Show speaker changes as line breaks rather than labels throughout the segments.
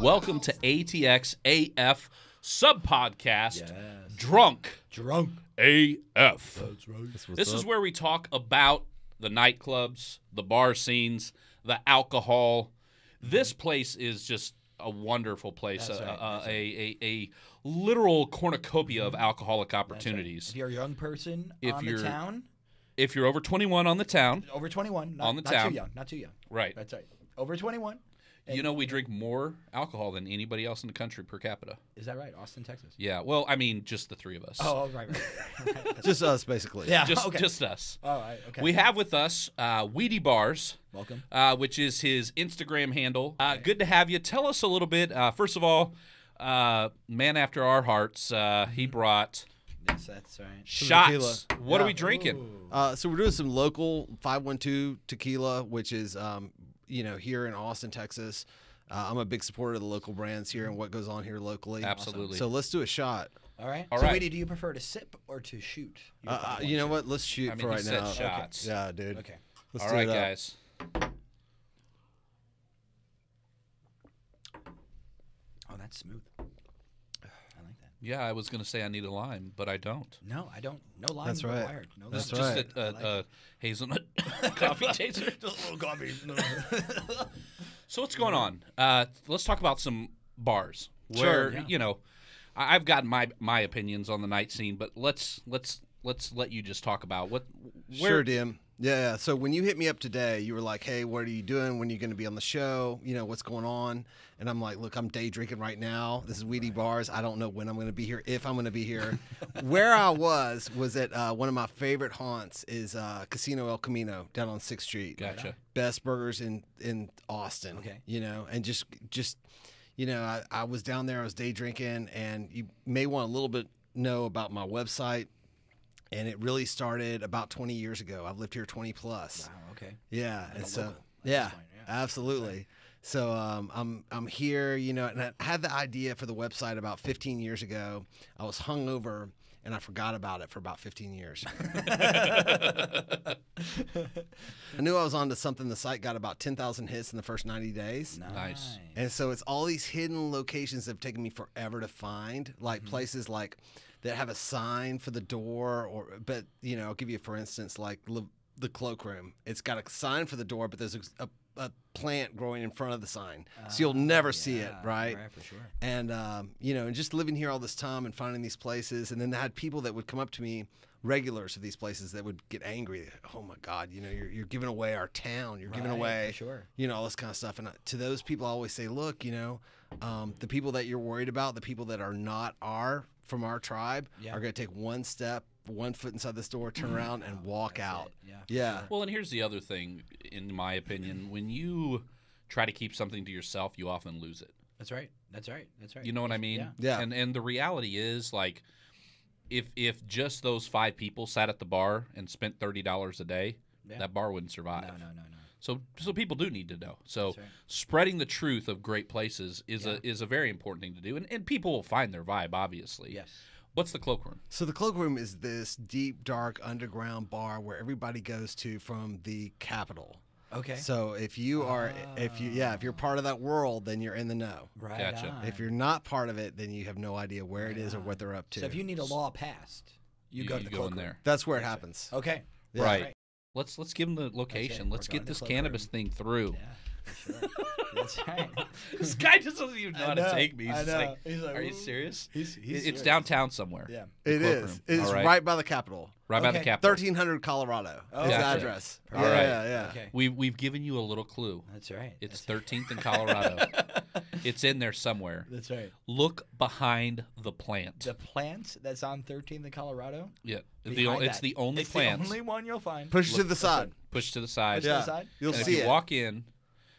Welcome to ATX AF sub podcast, Drunk
Drunk.
AF.
That's right.
This is where we talk about the nightclubs, the bar scenes, the alcohol. This place is just a wonderful place,
That's
a,
right, Mm-hmm.
a, a, a, a literal cornucopia of alcoholic opportunities.
If you're a young person
If
on
you're-
the town,
If you're over 21 on the town,
over 21, not,
On the
not
town.
too young, not too young.
right.
That's right. Over 21.
You know, we drink more alcohol than anybody else in the country per capita.
Is that right? Austin, Texas.
Yeah. Well, I mean, just the three of us.
Oh, oh, right, right. right.
Just us, basically.
yeah.
Just,
okay.
just us.
All right. Okay.
We have with us uh, Weedy Bars.
Welcome.
uh, which is his Instagram handle. Uh, Good to have you. Tell us a little bit. Uh, first of all, uh, man after our hearts, uh, he brought
Yes, that's right.
shots.
Mm-hmm. tequila.
What are
Yeah.
we drinking?
Uh, so we're doing some local 512 tequila, which is, um, you know, here in Austin, Texas. Uh, I'm a big supporter of the local brands here and what goes on here locally.
Absolutely.
So let's do a shot.
All right.
All
so,
right.
Weedy, do you prefer to sip or to shoot?
Uh, uh, you know what? Let's shoot
I mean,
for
he
right
said
now.
shots.
Yeah, dude.
Okay.
Let's
All
do
right,
it up.
guys.
Oh, that's smooth. I like that.
Yeah, I was gonna say I need a lime, but I don't.
No, I don't. No lime
That's right.
required. No
That's
lime.
right.
Just a,
I
a,
like
a hazelnut coffee chaser.
Just a little coffee.
So what's going on?
Mm-hmm.
Uh, let's talk about some bars. Where
yeah.
you know, I, I've got my my opinions on the night scene, but let's let's let's let you just talk about what. Where,
Sure, Dim. Yeah, yeah. So when you hit me up today, you were like, "Hey, what are you doing? When are you going to be on the show? You know what's going on?" And I'm like, "Look, I'm day drinking right now. This is Weedy Bars. I don't know when I'm going to be here. If I'm going to be here, where I was was at uh, one of my favorite haunts is uh, Casino El Camino down on Sixth Street.
Gotcha.
Best burgers in in Austin.
Okay.
You know, and just just you know, I, I was down there. I was day drinking, and you may want a little bit know about my website and it really started about 20 years ago. I've lived here 20 plus.
wow. Oh, Okay.
Yeah, and
a
so
local at this
yeah,
point, yeah.
absolutely. So um, I'm I'm here, you know, and I had the idea for the website about 15 years ago. I was hungover and I forgot about it for about 15 years. I knew I was onto something. The site got about 10,000 hits in the first 90 days.
Nice.
And so it's all these hidden locations that have taken me forever to find, like places like that have a sign for the door, or but you know, I'll give you for instance, like l- the cloakroom. It's got a sign for the door, but there's a, a, a plant growing in front of the sign, so you'll never see it,
Yeah,
right?
Ah, Right, for sure.
And um, you know, and just living here all this time and finding these places, and then I had people that would come up to me, regulars of these places, that would get angry. Oh my God, you know, you're, you're giving away our town, you're giving
Right, for
away
sure.
you know all this kind of stuff and uh, to those people i always say look you know um, the people that you're worried about the people that are not our from our tribe
Yeah.
are going to take one step one foot inside this door turn around and walk out
it, yeah, for
yeah
Well, and here's the other thing, in my opinion, when you try to keep something to yourself, you often lose it.
That's right. That's right. That's right.
You know what I mean?
Yeah.
Yeah.
And and the reality is like if if just those five people sat at the bar and spent thirty dollars a day,
Yeah.
that bar wouldn't survive.
No, no, no, no.
So so people do need to know. So
That's right.
spreading the truth of great places is a is a very important thing to do. And and people will find their vibe, obviously.
Yes.
What's the cloakroom?
so the cloakroom is this deep dark underground bar where everybody goes to from the capital
Okay.
so if you are if you yeah if you're part of that world then you're in the know
right.
Gotcha.
on.
if you're not part of it then you have no idea where it is or what they're up to
Uh-huh. so if you need a law passed, you,
You-
go to
you
the
go in
cloakroom.
there.
that's where it happens
Okay.
Yeah.
Right.
Right.
Let's let's give them the location. Let's
We're
get
going to
this
cloakroom.
cannabis thing through.
Yeah. For sure. That's right.
this guy just doesn't even know
I
how to
know,
take me. He's
I
just
know.
like,
He's like,
are you
"Ooh."
serious?
He's- he's
It- it's
serious.
downtown somewhere.
Yeah.
The
It is.
cloakroom.
It's
All right.
right. by the Capitol.
Right by the
Okay.
Capitol.
1300 Colorado is the
Gotcha.
address.
All
yeah,
right.
yeah, yeah.
Okay.
We've, we've given you a little clue.
That's right.
It's
That's,
13th in Colorado. it's in there somewhere.
that's right.
Look behind the plant.
The plant that's on 13th in Colorado.
yeah, the,
behind
o- it's
that.
the only
it's
plant.
The only one you'll find.
Push it to the side.
Push to the side.
Push to the
Yeah.
side.
You'll
and if
see
you
it.
walk in,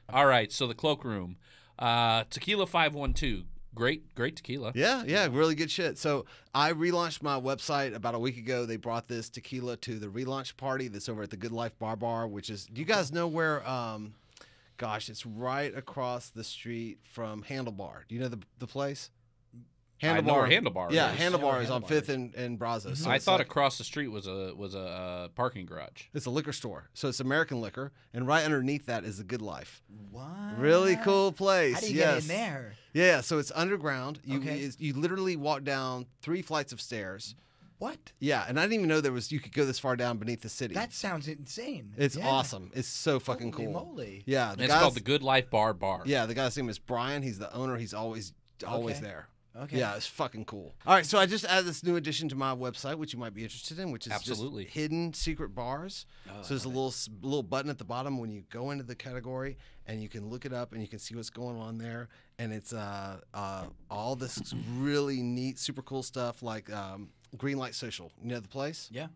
all right. So the cloakroom, uh, tequila five one two. Great, great tequila.
Yeah, yeah, really good shit. So I relaunched my website about a week ago. They brought this tequila to the relaunch party that's over at the Good Life Bar Bar, which is, do you guys know where, um, gosh, it's right across the street from Handlebar. Do you know the, the place?
I know where Handlebar
Yeah,
is. Mm-hmm.
Handlebar is on
Handlebar
5th and, and Brazos. So
I
it's
thought
like-
across the street was a was a uh, parking garage.
It's a liquor store. So it's American liquor. And right underneath that is the Good Life.
What?
Really cool place.
Ah. How do you
yes.
get in there?
Yeah, so it's underground. You
Okay.
is- you literally walk down three flights of stairs.
What?
Yeah, and I didn't even know there was you could go this far down beneath the city.
That sounds insane.
it's
Yeah.
awesome. It's so fucking
Holy
cool.
moly.
Yeah,
And
the
it's
guy's-
called the Good Life Bar Bar.
Yeah, the guy's name is Brian. He's the owner. He's always always
Okay.
there.
Okay.
Yeah, it's fucking cool. All right, so I just added this new addition to my website, which you might be interested in, which is
Absolutely.
just hidden secret bars.
Oh,
so there's a little s- little button at the bottom when you go into the category, and you can look it up, and you can see what's going on there. And it's uh, uh, all this really neat, super cool stuff like um, Greenlight Social. You know the place?
Yeah.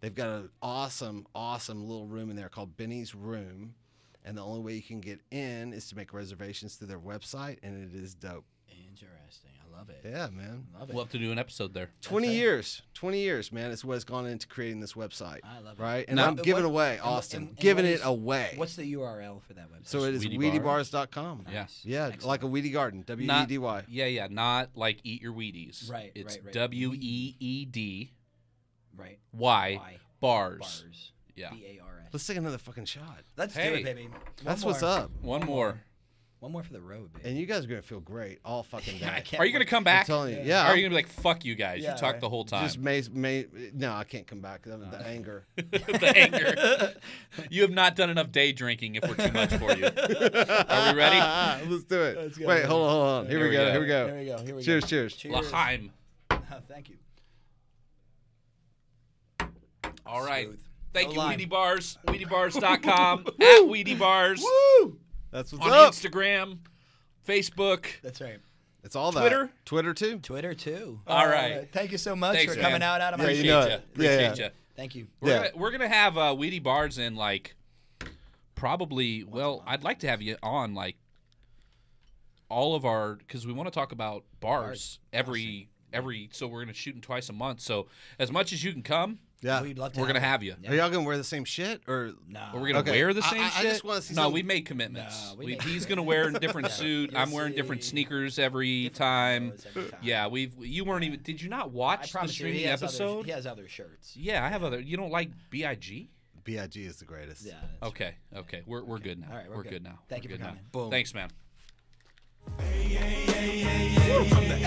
They've got an awesome, awesome little room in there called Benny's Room. And the only way you can get in is to make reservations through their website, and it is dope.
Interesting. I love it.
Yeah, man.
Love it.
We'll have to do an episode there.
20
That's right.
years, 20 years, man, is what has gone into creating this website.
I love it.
Right? And
What-
I'm giving
what-
away,
and what-
Austin,
and- and
giving
what
it
is-
away.
What's the URL for that website?
so it is
Weedy Bar?
weedybars.com.
Yeah.
Yeah,
Excellent.
like a weedy garden, W E
Not-
D Y.
Yeah, yeah. Not like Eat Your Wheaties.
Right,
It's
right, right.
W E E D
right.
Y
Y
bars.
bars.
Yeah.
B A R S.
Let's take another fucking shot.
Let's do
Hey.
it, baby. One
That's what's
more.
up.
One more.
One more for the road, baby.
And you guys are going to feel great all fucking day.
I can't
Are you going to
wait.
come
I'm
back?
telling you.
Yeah.
Yeah.
Or are
I'm-
you gonna be like, "Fuck you guys"?
Yeah,
you talked
right.
the whole time.
Just may, may, no, I can't come back. The, the anger.
the anger. You have not done enough day drinking. If we're too much for you, are we ready?
Let's do it.
Let's go,
Wait,
man.
hold on, hold on. Here, we go, Here we go.
Here we go. Here we
Cheers,
go. Oh,
cheers.
Laheim.
Thank you.
All right.
Smooth.
Thank
No
you,
lime.
Weedy Bars. WeedyBars.com at Weedy Bars
Woo! That's what's
on
up.
Instagram, Facebook.
That's right.
It's all that.
Twitter?
Twitter too.
Twitter too.
All
Uh,
right.
Thank you so much
Thanks,
for
man.
coming out. Adam. I
Yeah, you
Appreciate
appreciate
know
it.
it.
ya.
Yeah,
Appreciate
yeah.
ya.
Thank you.
We're,
Yeah.
gonna, we're gonna have uh, Weedy Bars in like probably. Well, I'd like to have you on like all of our because we want to talk about bars every every. So we're gonna shoot them twice a month. So as much as you can come,
Yeah.
We'd love to.
we're gonna
it.
have you.
Yeah.
Are y'all gonna wear the same shit or?
Nah.
Are we gonna
Okay.
wear the
I-
same
I- I
shit?
just wanna see
no,
some-
we made commitments.
Nah, we
We-
made
he's gonna wear a different suit. I'm wearing different
see.
sneakers every time. Yeah, we've. You weren't even. Did you not
I
watch the
promise you, he
streaming
has,
episode?
other, he has other shirts.
yeah, I have other. You don't like Big?
Big is the greatest.
Yeah. that's-
Okay. Okay. We're, we're good now.
All right,
we're,
we're
good.
good.
now.
Thank
We're
you
good
for
now.
coming. Boom.
Thanks, man.
Woo, I'm back.